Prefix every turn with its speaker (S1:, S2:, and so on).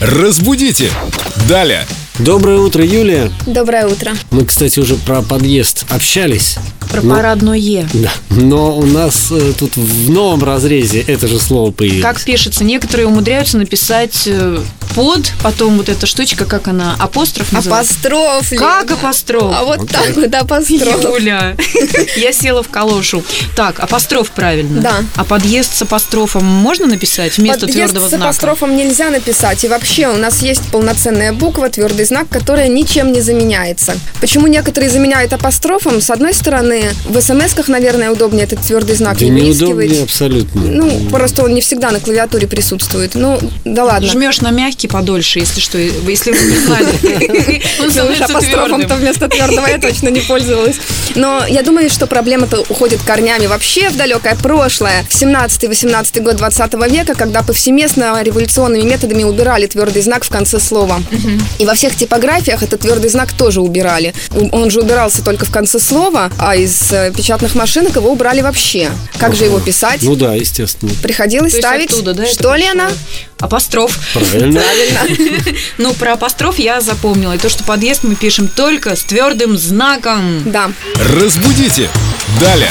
S1: Разбудите! Далее!
S2: Доброе утро, Юлия.
S3: Доброе утро.
S2: Мы, кстати, уже про подъезд общались.
S4: Про
S2: Ну.
S4: парадное.
S2: Да. Но у нас э, тут в новом разрезе это же слово появилось.
S4: Как пишется? Некоторые умудряются написать э, под, потом вот эта штучка, как она, апостроф называется?
S3: Апостроф. Лен.
S4: Как апостроф?
S3: А вот так вот апостроф.
S4: Юля, я села в калошу. Так, апостроф правильно.
S3: Да.
S4: А подъезд с апострофом можно написать вместо
S3: Подъезд
S4: твердого
S3: с
S4: знака?
S3: апострофом нельзя написать. И вообще у нас есть полноценная буква, твердый знак, которая ничем не заменяется. Почему некоторые заменяют апострофом? С одной стороны, в смс-ках, наверное, удобнее этот твердый знак
S2: Да неудобнее
S3: выискивать.
S2: абсолютно.
S3: Ну, просто он не всегда на клавиатуре присутствует. Ну, да ладно.
S4: Жмешь на мягкий подольше, если что, и- если вы не знали. Он
S3: Ну, уж
S4: становится
S3: апострофом-то
S4: твердым.
S3: вместо твердого я точно не пользовалась. Но я думаю, что проблема-то уходит корнями вообще в далекое прошлое. В 17-18 год 20 века, когда повсеместно революционными методами убирали твердый знак в конце слова. И во всех типографиях этот твердый знак тоже убирали. У- Он же убирался только в конце слова, а из э, печатных машинок его убрали вообще. Как же его писать?
S2: Ну да, естественно.
S3: Приходилось
S4: То есть
S3: ставить,
S4: оттуда, да, это
S3: что, Лена?
S4: пришло? Апостроф.
S2: Правильно.
S4: Ну, про апостроф я запомнила. И то, что подъезд мы пишем только с твердым знаком.
S3: Да.
S1: Разбудите! Далее!